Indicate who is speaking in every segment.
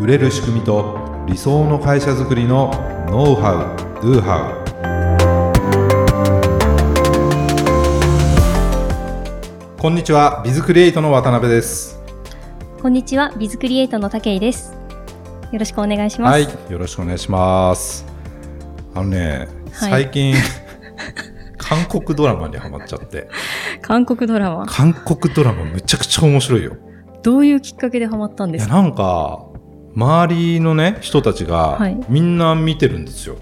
Speaker 1: 売れる仕組みと理想の会社づくりのノウハウ・ドゥハウこんにちはビズクリエイトの渡辺です
Speaker 2: こんにちは、ビズクリエイトの武井です。よろしくお願いします。
Speaker 1: はいよろしくお願いしますあのね、
Speaker 2: はい
Speaker 1: 最 近韓国ドラマにハマっちゃって
Speaker 2: 韓国ドラマ、
Speaker 1: 韓国ドラマむちゃくちゃ面白いよ
Speaker 2: どういうきっかけでハマったんで
Speaker 1: いや
Speaker 2: すか。
Speaker 1: なんか周りのね人たちが、
Speaker 2: はい
Speaker 1: みんな見てるんですよ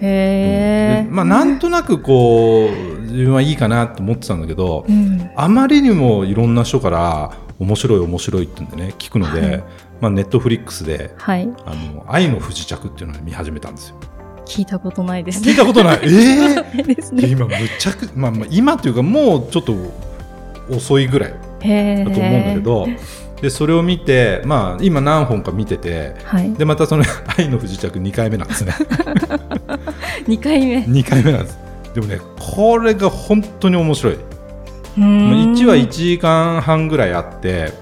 Speaker 2: へえ
Speaker 1: で。まあ、なんとなくこう自分はいいかなと思ってたんだけど
Speaker 2: うん。
Speaker 1: あまりにもいろんな人から面白い面白いって言うんでね聞くので、
Speaker 2: はい
Speaker 1: まあ、ネットフリックスで
Speaker 2: はい、
Speaker 1: 「あの愛の不時着」っていうのを見始めたんですよ
Speaker 2: 聞いたことない です
Speaker 1: 聞い
Speaker 2: ね。
Speaker 1: たことないええ
Speaker 2: ないです
Speaker 1: いや
Speaker 2: ね。
Speaker 1: 今むちゃく、まあ、まあ今というかもうちょっと遅いぐらい
Speaker 2: へえ。
Speaker 1: だと思うんだけ。ど、でそれを見て、まあ、今何本か見てて
Speaker 2: はい。
Speaker 1: でまたその 「愛の不時着」2回目なんですね
Speaker 2: 二回目。
Speaker 1: 2回目なんですでもねこれが本当に面白いまあ1話1
Speaker 2: 一。
Speaker 1: 時間半ぐらいあって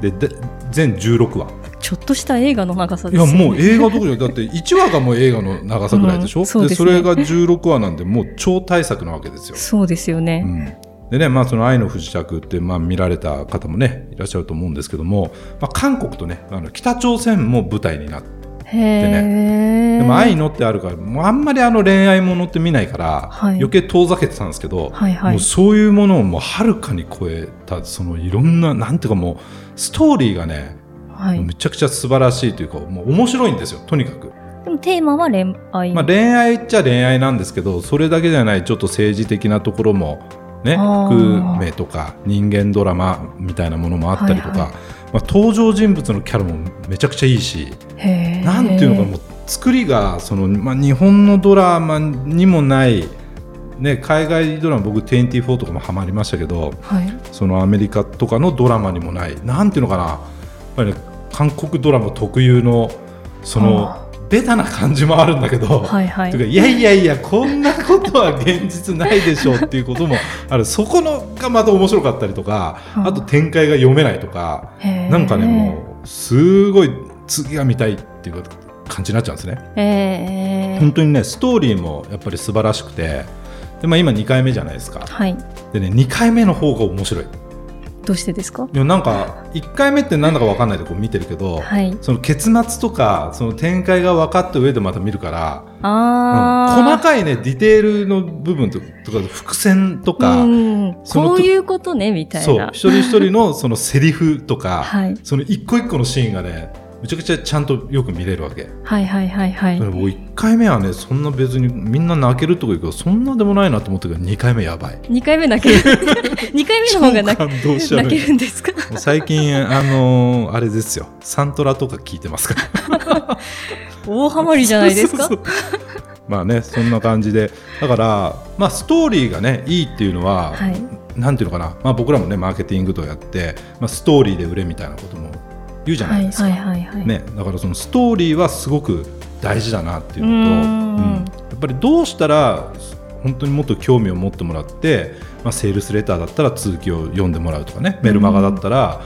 Speaker 1: でで全16話
Speaker 2: ちょっとした映画の長さ
Speaker 1: い
Speaker 2: で
Speaker 1: や
Speaker 2: す、ね。
Speaker 1: もう映画どころじゃだって1話がもう映画の長さぐらいでしょ、
Speaker 2: うんそうですね
Speaker 1: それが16話なんでもう超大作なわけですよ、
Speaker 2: そうですよ
Speaker 1: う
Speaker 2: ね。
Speaker 1: んでねまあ、その「愛の不時着」って、まあ、見られた方もねいらっしゃると思うんですけども、まあ、韓国とねあの北朝鮮も舞台になって、
Speaker 2: へえ。
Speaker 1: でも「愛の」ってあるからもうあんまりあの恋愛ものって見ないから、
Speaker 2: はい
Speaker 1: 余計遠ざけてたんですけど、
Speaker 2: はいは
Speaker 1: も。
Speaker 2: いう
Speaker 1: そういうものをもうはるかに超えたそのいろんななんていうかもうストーリーがね、
Speaker 2: はい。
Speaker 1: めちゃくちゃ素晴らしいというかもう面白いんですよとにかく、
Speaker 2: でもテーマは恋愛。
Speaker 1: まあ、恋愛っちゃ恋愛なんですけどそれだけじゃないちょっと政治的なところも、ね、
Speaker 2: あー
Speaker 1: 含めとか人間ドラマみたいなものもあったりとか、
Speaker 2: はいは
Speaker 1: まあ、登場人物のキャラもめちゃくちゃいいし、
Speaker 2: へえ。
Speaker 1: なんていうのかもう作りがその、まあ、日本のドラマにもない、ね、海外ドラマ僕24とかもハマりましたけど
Speaker 2: はい。
Speaker 1: そのアメリカとかのドラマにもないなんていうのかなやっぱりね、韓国ドラマ特有のそのベタな感じもあるんだけど、
Speaker 2: はいはい
Speaker 1: ていうかいやいやいやこんなことは現実ないでしょうっていうこともあるそこのがまた面白かったりとか
Speaker 2: うん
Speaker 1: あと展開が読めないとか
Speaker 2: へー
Speaker 1: なんかねもうすごい次が見たいっていう感じになっちゃうんですね。
Speaker 2: ええ
Speaker 1: 本当にねストーリーもやっぱり素晴らしくてで、まあ、今2回目じゃないですか
Speaker 2: はい。
Speaker 1: でね2回目の方が面白い。
Speaker 2: どうしてですか。
Speaker 1: でもなんか1回目って何だか分かんないとこ見てるけど、
Speaker 2: はい。
Speaker 1: その結末とかその展開が分かった上でまた見るから、う
Speaker 2: ああ、
Speaker 1: ん細かいねディテールの部分ととか伏線とか、
Speaker 2: うん、
Speaker 1: その
Speaker 2: こういうことねみたい
Speaker 1: そう
Speaker 2: な。
Speaker 1: 一人一人 のそのセリフとか、
Speaker 2: はい
Speaker 1: その一個一個のシーンがねめちゃくちゃちゃんとよく見れるわけ、
Speaker 2: はいはいはいは
Speaker 1: だ
Speaker 2: い
Speaker 1: か。らもう1回目はねそんな別にみんな泣けるとか言うけどそんなでもないなと思ったけど2回目やばい
Speaker 2: 二回目 泣ける。二回目の方が泣
Speaker 1: 超感動しちゃう
Speaker 2: 泣けるんですか。
Speaker 1: もう最近あのーあれですよサントラとか聞いてますから
Speaker 2: 大ハマりじゃないですか。
Speaker 1: そうそうそう まあねそんな感じでだから、まあ、ストーリーがねいいっていうのは、
Speaker 2: はい
Speaker 1: なんていうのかな、まあ、僕らもねマーケティングとやって、まあ、ストーリーで売れみたいなことも言うじゃな
Speaker 2: はいい
Speaker 1: ですか、
Speaker 2: はいはいはい。
Speaker 1: ね、だからそのストーリーはすごく大事だなっていうのと
Speaker 2: うーん
Speaker 1: うんやっぱりどうしたら本当にもっと興味を持ってもらって、まあ、セールスレターだったら続きを読んでもらうとかねメルマガだったら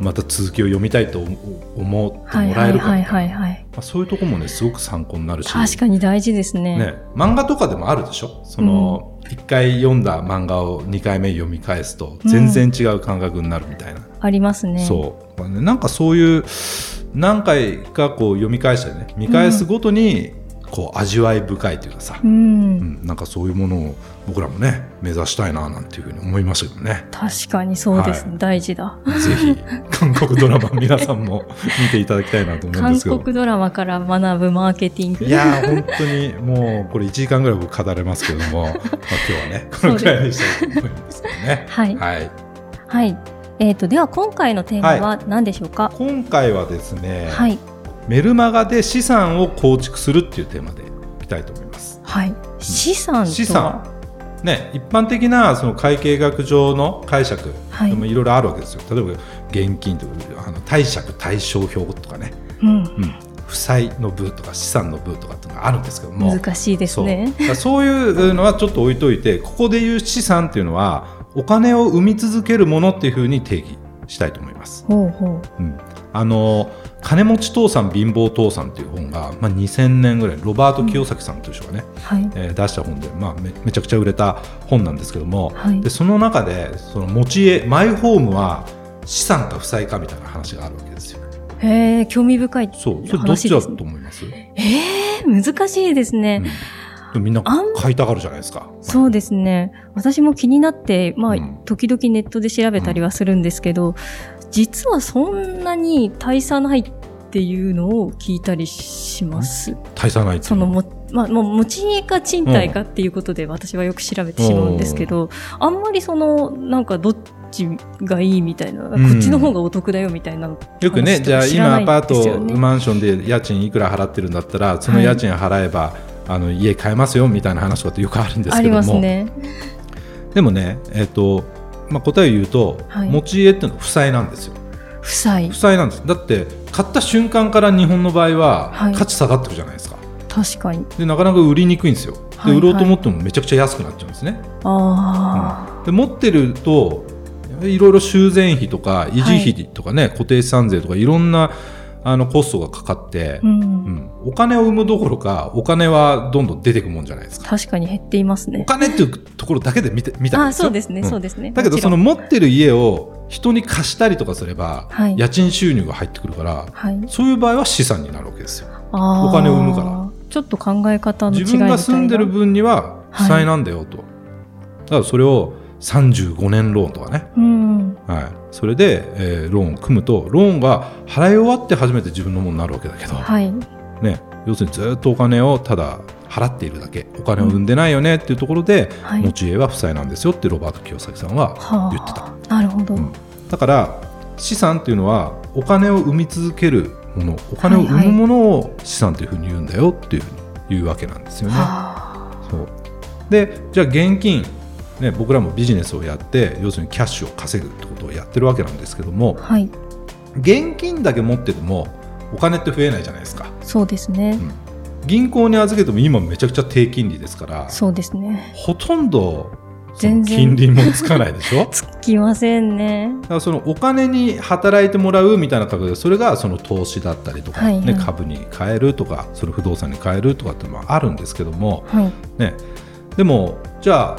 Speaker 1: また続きを読みたいと思思って
Speaker 2: はい
Speaker 1: も
Speaker 2: は
Speaker 1: らえ
Speaker 2: い
Speaker 1: るか
Speaker 2: はい
Speaker 1: みたいな
Speaker 2: はいはい。
Speaker 1: まあ、そういうとこもねすごく参考になるし
Speaker 2: 確かに大事ですね。
Speaker 1: ね、漫画とかでもあるでしょその、1回読んだ漫画を2回目読み返すと全然違う感覚になるみたいな、
Speaker 2: ありますね。
Speaker 1: そう、まあね、なんかそういう何回かこう読み返してね見返すごとにこう味わい深いというかさ、
Speaker 2: う
Speaker 1: うん
Speaker 2: ん。
Speaker 1: なんかそういうものを僕らもね目指したいななんていうふうに思いましたけどね
Speaker 2: 確かにそうです
Speaker 1: は
Speaker 2: ね。大事だ。
Speaker 1: ぜ ひ韓国ドラマ皆さんも見ていただきたいなと思うんで
Speaker 2: 韓
Speaker 1: すけど
Speaker 2: 国ドラマから学ぶマーケティング。
Speaker 1: いやー本当にもうこれ1時間ぐらい僕語れますけど も、まあ、今日はねこのくらいにしたいと思うんですけどね。
Speaker 2: はい
Speaker 1: はい、
Speaker 2: はい。えっ、とでは今回のテーマは何でしょうか。
Speaker 1: 今回はですね、
Speaker 2: はい
Speaker 1: メルマガで資産を構築するっていうテーマでいきたいと思います。
Speaker 2: はい。資産とは
Speaker 1: 資産ね、一般的なその会計学上の解釈
Speaker 2: はい
Speaker 1: でもいろいろあるわけですよ、例えば現金とかあの貸借対照表とかね、
Speaker 2: うん。
Speaker 1: うん、負債の部とか資産の部とかっていうのがあるんですけども
Speaker 2: 難しいですね。
Speaker 1: そうだからそういうのはちょっと置いといてここで言う資産っていうのはお金を生み続けるものっていうふうに定義したいと思います、
Speaker 2: ほうほ
Speaker 1: う
Speaker 2: う。
Speaker 1: ん、あの「金持ち父さん貧乏父さん」っていう本が、まあ、2000年ぐらいロバート清崎さんという人がね、
Speaker 2: はい。
Speaker 1: えー出した本で、まあ、めめちゃくちゃ売れた本なんですけども、
Speaker 2: はい
Speaker 1: でその中でその持ち家マイホームは資産か負債かみたいな話があるわけですよ。
Speaker 2: へえ、興味深い。
Speaker 1: そうそれどっ
Speaker 2: 話
Speaker 1: ち
Speaker 2: で
Speaker 1: だ
Speaker 2: す
Speaker 1: と
Speaker 2: ね
Speaker 1: 思います、
Speaker 2: えー、難しいです
Speaker 1: う
Speaker 2: ね
Speaker 1: ん。でもみんな
Speaker 2: あん
Speaker 1: 買いたがるじゃないですか。
Speaker 2: そうですね。私も気になって、まあ、
Speaker 1: うん
Speaker 2: 時々ネットで調べたりはするんですけど、実はそんなに大差ないっていうのを聞いたりします。
Speaker 1: 大差ないっていう
Speaker 2: そのも、まあ、もう持ち家か賃貸かっていうことで私はよく調べてしまうんですけど、あんまりその、なんかどっちがいいみたいな、
Speaker 1: ん
Speaker 2: こっちの方がお得だよみたいな、
Speaker 1: よくね、
Speaker 2: 話と
Speaker 1: じゃ
Speaker 2: か
Speaker 1: あ
Speaker 2: 知ら
Speaker 1: 今
Speaker 2: な
Speaker 1: ア
Speaker 2: い
Speaker 1: パー
Speaker 2: ですよ
Speaker 1: ト、
Speaker 2: ね
Speaker 1: マンションで家賃いくら払ってるんだったら、その家賃払えば、あの家買えますよみたいな話とかってよくあるんです
Speaker 2: あ
Speaker 1: け
Speaker 2: り
Speaker 1: ど
Speaker 2: ます
Speaker 1: も、
Speaker 2: ね。
Speaker 1: でもね、えっとまあ、答えを言うと、
Speaker 2: はい
Speaker 1: 持ち家っていうのは負債なんですよ。
Speaker 2: 負債
Speaker 1: 負。債なんです。だって買った瞬間から日本の場合は
Speaker 2: はい
Speaker 1: 価値下がってくじゃないですか。
Speaker 2: 確かに。
Speaker 1: でなかなか売りにくいんですよ。
Speaker 2: はい
Speaker 1: で
Speaker 2: はい
Speaker 1: 売ろうと思ってもめちゃくちゃ安くなっちゃうんですね。
Speaker 2: あ
Speaker 1: で持ってるといろいろ修繕費とか維持費とかね、固定資産税とかいろんなあのコストがかかって
Speaker 2: あ、う、。
Speaker 1: うんんお金を生むどころかお金はどんどん出てくもんじゃないですか。
Speaker 2: 確かに減っています
Speaker 1: お
Speaker 2: ね。
Speaker 1: 金っていうところだけで見て見たん
Speaker 2: あ
Speaker 1: ですよ
Speaker 2: そうですね、
Speaker 1: うん
Speaker 2: そうですね。
Speaker 1: だけど
Speaker 2: もちろ
Speaker 1: そ
Speaker 2: ん
Speaker 1: の持ってる家を人に貸したりとかすれば、
Speaker 2: はい
Speaker 1: 家賃収入が入ってくるから
Speaker 2: はい、
Speaker 1: そういう場合は資産になるわけですよ。
Speaker 2: お
Speaker 1: お金を生むから
Speaker 2: ちょっと考え方の違いみた
Speaker 1: 自
Speaker 2: いな
Speaker 1: 分が住んでる分には負債なんだよと、ただそれを35年ローンとかね、
Speaker 2: うん、
Speaker 1: はい、それで、えーローンを組むとローンが払い終わって初めて自分のものになるわけだけど、
Speaker 2: はい、
Speaker 1: ね、要するにずっとお金をただ払っているだけお金を生んでないよねっていうところで、
Speaker 2: はい
Speaker 1: 持ち家は負債なんですよってロバート清崎さんは
Speaker 2: はあ
Speaker 1: 言ってた。
Speaker 2: なるほど、
Speaker 1: うんだから資産っていうのはお金を生み続けるものお金を生むものを資産というふうに言うんだよっていうふうに言うわけなんですよね。
Speaker 2: はあ
Speaker 1: そうでじゃあ現金、ね、僕らもビジネスをやって要するにキャッシュを稼ぐってことをやってるわけなんですけども
Speaker 2: はい、
Speaker 1: 現金だけ持っててもお金って増えないじゃないですか
Speaker 2: そうですね、
Speaker 1: 銀行に預けても今めちゃくちゃ低金利ですから
Speaker 2: そうですね、
Speaker 1: ほとんどその
Speaker 2: 全
Speaker 1: 金
Speaker 2: 然
Speaker 1: 利もつかないで しょ
Speaker 2: つきませんね、
Speaker 1: だからそのお金に働いてもらうみたいな感覚でそれがその投資だったりとか、
Speaker 2: はいはい
Speaker 1: ね、株に変えるとかそれ不動産に変えるとかってのもあるんですけども、
Speaker 2: はい、
Speaker 1: ね、でもじゃあ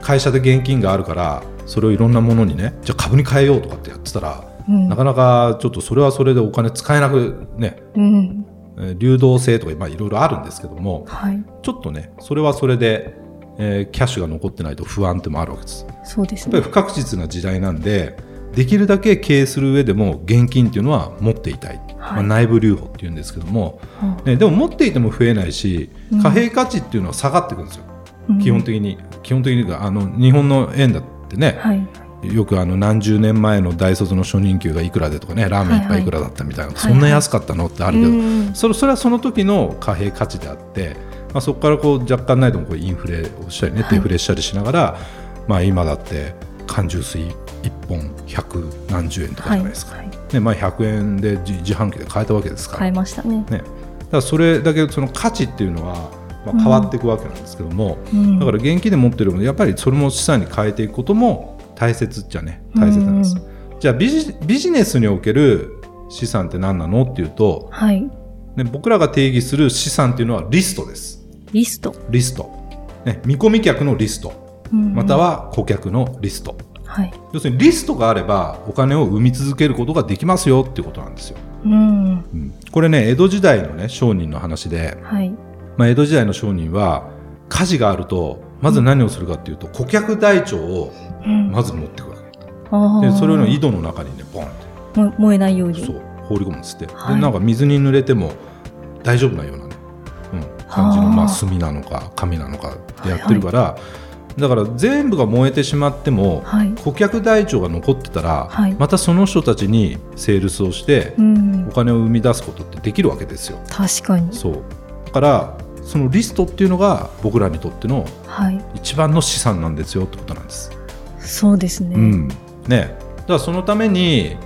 Speaker 1: 会社で現金があるからそれをいろんなものにねじゃあ株に変えようとかってやってたら、
Speaker 2: うん
Speaker 1: なかなかちょっとそれはそれでお金使えなくね
Speaker 2: うん、
Speaker 1: えー流動性とかまあいろいろあるんですけども
Speaker 2: はい、
Speaker 1: ちょっとねそれはそれで、えーキャッシュが残ってないと不安ってもあるわけです。
Speaker 2: そうです
Speaker 1: やっぱり
Speaker 2: ね、
Speaker 1: 不確実な時代なんでできるだけ経営する上でも現金っていうのは持っていたい、まあ内部留保っていうんですけども、
Speaker 2: は
Speaker 1: ね、でも持っていても増えないし
Speaker 2: うん
Speaker 1: 貨幣価値っていうのは下がってくるんですよ、
Speaker 2: うん
Speaker 1: 基本的に基本的にというかあの日本の円だってね
Speaker 2: はい、
Speaker 1: よくあの何十年前の大卒の初任給がいくらでとかねラーメン一
Speaker 2: はいは
Speaker 1: 杯
Speaker 2: い
Speaker 1: いくらだったみたいな、
Speaker 2: はいはい
Speaker 1: そんな安かったのってあるけど、
Speaker 2: うん
Speaker 1: それそれはその時の貨幣価値であって、まあ、そこからこう若干ないともこうインフレをしたりね
Speaker 2: はい
Speaker 1: デフレしたりしながら、まあ、今だって缶ジュース1本100何十円とか
Speaker 2: は
Speaker 1: じ
Speaker 2: い、
Speaker 1: ゃないですか、
Speaker 2: はい、
Speaker 1: ねまあ、100円で自自販機で買えたわけですから,、
Speaker 2: 変えましたね、
Speaker 1: ね、だからそれだけその価値っていうのは、まあ、変わっていくわけなんですけども、
Speaker 2: うん、
Speaker 1: だから現金で持ってるものやっぱりそれも資産に変えていくことも大切っちゃね大切なんです、
Speaker 2: う
Speaker 1: じゃあビジビジネスにおける資産って何なのっていうと、
Speaker 2: はい、
Speaker 1: ね、僕らが定義する資産っていうのはリストです。
Speaker 2: リスト、
Speaker 1: リスト。ね、見込み客のリスト。
Speaker 2: うん
Speaker 1: また、は顧客のリスト。
Speaker 2: はい、
Speaker 1: 要するにリストがあればお金を生み続けることができますよっていうことなんですよ。
Speaker 2: うん、
Speaker 1: うんこれね、江戸時代のね、商人の話で、
Speaker 2: はい、
Speaker 1: まあ、江戸時代の商人は火事があると、まず何をするかっていうと、顧客台帳を
Speaker 2: うん、
Speaker 1: まず持ってくわけ。
Speaker 2: あー
Speaker 1: で、それを井戸の中にね、ボンって。
Speaker 2: 燃燃えないように、
Speaker 1: そう放り込むんですって、
Speaker 2: はい
Speaker 1: でなんか水に濡れても大丈夫なようなね、うん、感じの
Speaker 2: はあ
Speaker 1: まあ、炭なのか紙なのかでやってるから、だから全部が燃えてしまっても、
Speaker 2: はい、
Speaker 1: 顧客台帳が残ってたら、
Speaker 2: はい
Speaker 1: またその人たちにセールスをして
Speaker 2: う、ん
Speaker 1: お、金を生み出すことってできるわけですよ。
Speaker 2: 確かに、
Speaker 1: そうだからそのリストっていうのが僕らにとっての
Speaker 2: はい、
Speaker 1: 一番の資産なんですよってことなんです。
Speaker 2: そうですね、
Speaker 1: うんね、だからそのために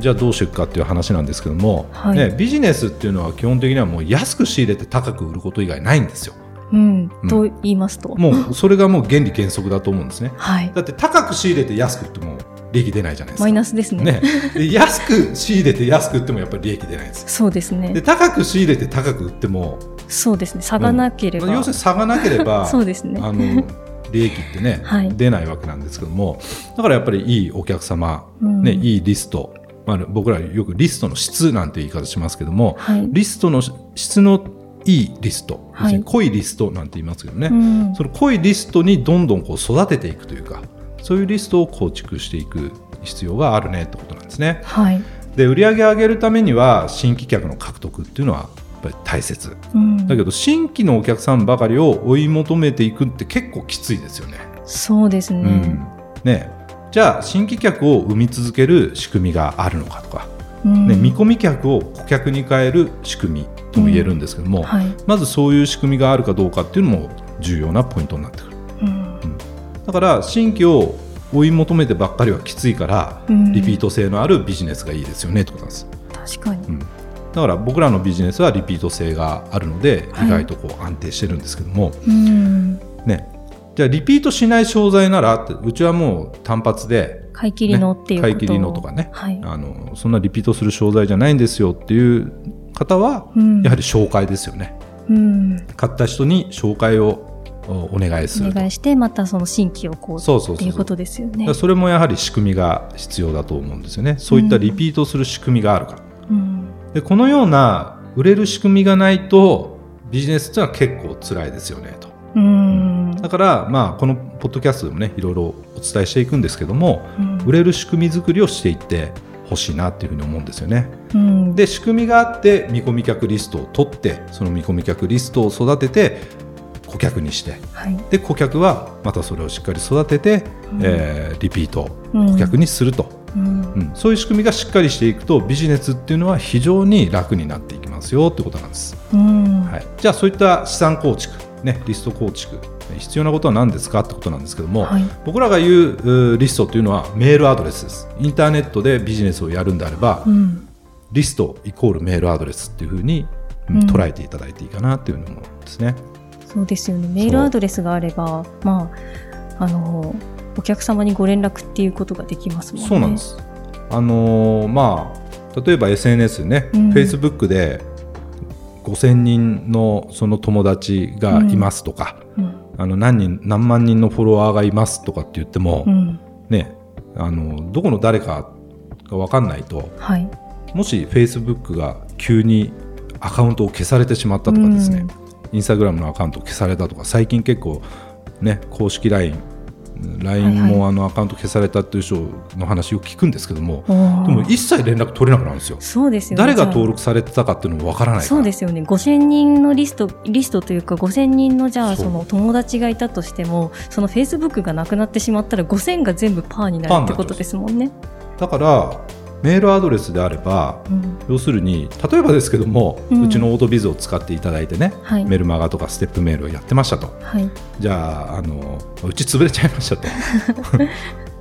Speaker 1: じゃあどうしていくかっていう話なんですけども、
Speaker 2: はい
Speaker 1: ね、ビジネスっていうのは基本的にはもう安く仕入れて高く売ること以外ないんですよ
Speaker 2: うん
Speaker 1: うん、
Speaker 2: と言いますと、
Speaker 1: もうそれがもう原理原則だと思うんですね
Speaker 2: はい、
Speaker 1: だって高く仕入れて安く売っても利益出ないじゃないですか。
Speaker 2: マイナスですね
Speaker 1: ね、で安く仕入れて安く売ってもやっぱり利益出ないんです。
Speaker 2: そうです
Speaker 1: で
Speaker 2: ね
Speaker 1: 高く仕入れて高く売っても
Speaker 2: そうですね差がなければ、
Speaker 1: 要するに差がなければ
Speaker 2: そうですね
Speaker 1: あの利益ってね、
Speaker 2: はい
Speaker 1: 出ないわけなんですけどもだからやっぱりいいお客様、
Speaker 2: うん
Speaker 1: ねいいリスト、まあ、僕らよくリストの質なんて言い方しますけども
Speaker 2: はい、
Speaker 1: リストの質のいいリスト、
Speaker 2: は
Speaker 1: 要
Speaker 2: い
Speaker 1: するに濃いリストなんて言いますけどね、
Speaker 2: うん
Speaker 1: その濃いリストにどんどんこう育てていくというかそういうリストを構築していく必要があるねってことなんですね。
Speaker 2: はい
Speaker 1: で売り上げを上げるためには新規客の獲得っていうのはやっぱり大切
Speaker 2: うん、
Speaker 1: だけど新規のお客さんばかりを追い求めていくって結構きついですよね。
Speaker 2: そうです
Speaker 1: う
Speaker 2: ね、
Speaker 1: んねじゃあ新規客を生み続ける仕組みがあるのかとか、
Speaker 2: うん
Speaker 1: ね、見込み客を顧客に変える仕組みとも言えるんですけども、
Speaker 2: はい、
Speaker 1: まずそういう仕組みがあるかどうかっていうのも重要なポイントになってくる。
Speaker 2: うん
Speaker 1: だから新規を追い求めてばっかりはきついから、
Speaker 2: うん
Speaker 1: リピート性のあるビジネスがいいですよねってことなんです。
Speaker 2: 確かに、
Speaker 1: うんだから僕らのビジネスはリピート性があるので、
Speaker 2: はい
Speaker 1: 意外とこう安定してるんですけども、
Speaker 2: うん、
Speaker 1: ね、じゃあリピートしない商材ならってうちはもう単発で
Speaker 2: 買い切りのっていうこ
Speaker 1: ね買
Speaker 2: とを、
Speaker 1: い切りのとかね
Speaker 2: はい、
Speaker 1: あのそんなリピートする商材じゃないんですよっていう方は、
Speaker 2: うん
Speaker 1: やはり紹介ですよね
Speaker 2: うん、
Speaker 1: 買った人に紹介をおお願いす
Speaker 2: お
Speaker 1: ると
Speaker 2: 願いしてまたその新規をこう
Speaker 1: そうそうそうそう
Speaker 2: っていうことですよ
Speaker 1: だ
Speaker 2: ね
Speaker 1: から。それもやはり仕組みが必要だと思うんですよねそういったリピートする仕組みがあるか、
Speaker 2: うん、
Speaker 1: でこのような売れる仕組みがないとビジネスってのは結構辛いですよねと
Speaker 2: うん、
Speaker 1: だからまあこのポッドキャストでもねいろいろお伝えしていくんですけども、
Speaker 2: うん
Speaker 1: 売れる仕組み作りをしていってほしいなっていうふうに思うんですよね。
Speaker 2: うん、
Speaker 1: で仕組みがあって見込み客リストを取ってその見込み客リストを育てて顧客にして
Speaker 2: はい、
Speaker 1: で顧客はまたそれをしっかり育てて、
Speaker 2: うん
Speaker 1: えーリピート
Speaker 2: うん
Speaker 1: 顧客にすると、
Speaker 2: うん、
Speaker 1: うんそういう仕組みがしっかりしていくとビジネスっていうのは非常に楽になっていきますよってことなんです。
Speaker 2: うん、
Speaker 1: はい、じゃあそういった資産構築、ね、リスト構築必要なことは何ですかってことなんですけども、
Speaker 2: はい
Speaker 1: 僕らが言ううーリストというのはメールアドレスですインターネットでビジネスをやるんであれば、
Speaker 2: うん、
Speaker 1: リストイコールメールアドレスっていうふうに、うん
Speaker 2: うん
Speaker 1: 捉えていただいていいかなっていうふうに思うんですね。
Speaker 2: そうですよね。メールアドレスがあれば、まああのお客様にご連絡っていうことができますもんね。
Speaker 1: そうなんで。す、あのーまあ、例えば SNS ね、
Speaker 2: うん
Speaker 1: Facebook で5000人のその友達がいますとか、
Speaker 2: うん、
Speaker 1: あの何人何万人のフォロワーがいますとかって言っても、
Speaker 2: うん、
Speaker 1: ね、あのどこの誰かが分かんないと
Speaker 2: はい。
Speaker 1: もし Facebook が急にアカウントを消されてしまったとかですね、インスタグラムのアカウントを消されたとか最近結構、ね、公式 LINE,
Speaker 2: はい
Speaker 1: LINE もあのアカウント消されたっていう人の話を聞くんですけども、
Speaker 2: おー
Speaker 1: でも一切連絡取れなくなるんですよ。
Speaker 2: そうですよね。
Speaker 1: 誰が
Speaker 2: じゃあ
Speaker 1: 登録されてたかっていうのも分からないから
Speaker 2: そうですよね5000人のリストリストというか5000人のじゃあ
Speaker 1: そう
Speaker 2: その友達がいたとしてもそのフェイスブックがなくなってしまったら5000が全部パーになるってことですもんね。
Speaker 1: だからメールアドレスであれば
Speaker 2: うん
Speaker 1: 要するに例えばですけども、
Speaker 2: う
Speaker 1: うんちのオートビズを使っていただいてね、
Speaker 2: はい
Speaker 1: メルマガとかステップメールをやってましたと
Speaker 2: はい
Speaker 1: じゃああのうち潰れちゃいま したと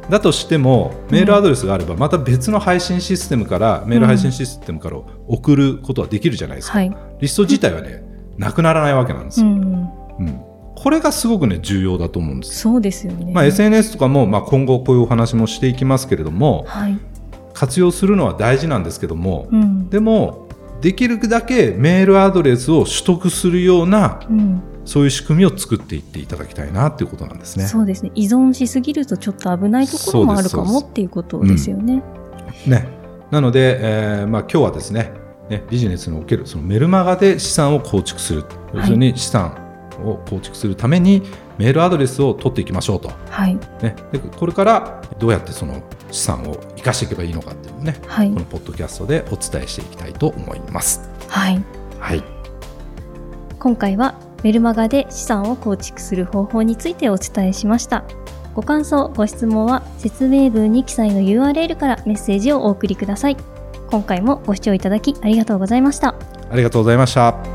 Speaker 1: だとしてもメールアドレスがあればまた別の配信システムから、メール配信システムから送ることはできるじゃないですか、
Speaker 2: はい、
Speaker 1: リスト自体はねなくならないわけなんです
Speaker 2: う
Speaker 1: よ、
Speaker 2: ん、
Speaker 1: うんこれがすごくね重要だと思うんです、
Speaker 2: そうですよね。
Speaker 1: まあ、SNS とかも、まあ、今後こういうお話もしていきますけれども
Speaker 2: はい、
Speaker 1: 活用するのは大事なんですけども、
Speaker 2: うん、
Speaker 1: でもできるだけメールアドレスを取得するような
Speaker 2: うん、
Speaker 1: そういう仕組みを作っていっていただきたいなっていうことなんですね。
Speaker 2: そうですね。依存しすぎるとちょっと危ないところもあるか
Speaker 1: そうですそう
Speaker 2: も
Speaker 1: です
Speaker 2: っていうことですよね。
Speaker 1: ね、なので、えーまあ、今日はですねねビジネスにおけるそのメルマガで資産を構築する要するに資産を構築するためにメールアドレスを取っていきましょうと、
Speaker 2: はい、
Speaker 1: ね、でこれからどうやってその資産を生かしていけばいいのかっていうのをね
Speaker 2: はい
Speaker 1: この、ポッドキャストでお伝えしていきたいと思います。
Speaker 2: はい。
Speaker 1: はい、
Speaker 2: 今回はメルマガで資産を構築する方法についてお伝えしましたご感想ご質問は説明文に記載の URL からメッセージをお送りください今回もご視聴いただきありがとうございました
Speaker 1: ありがとうございました。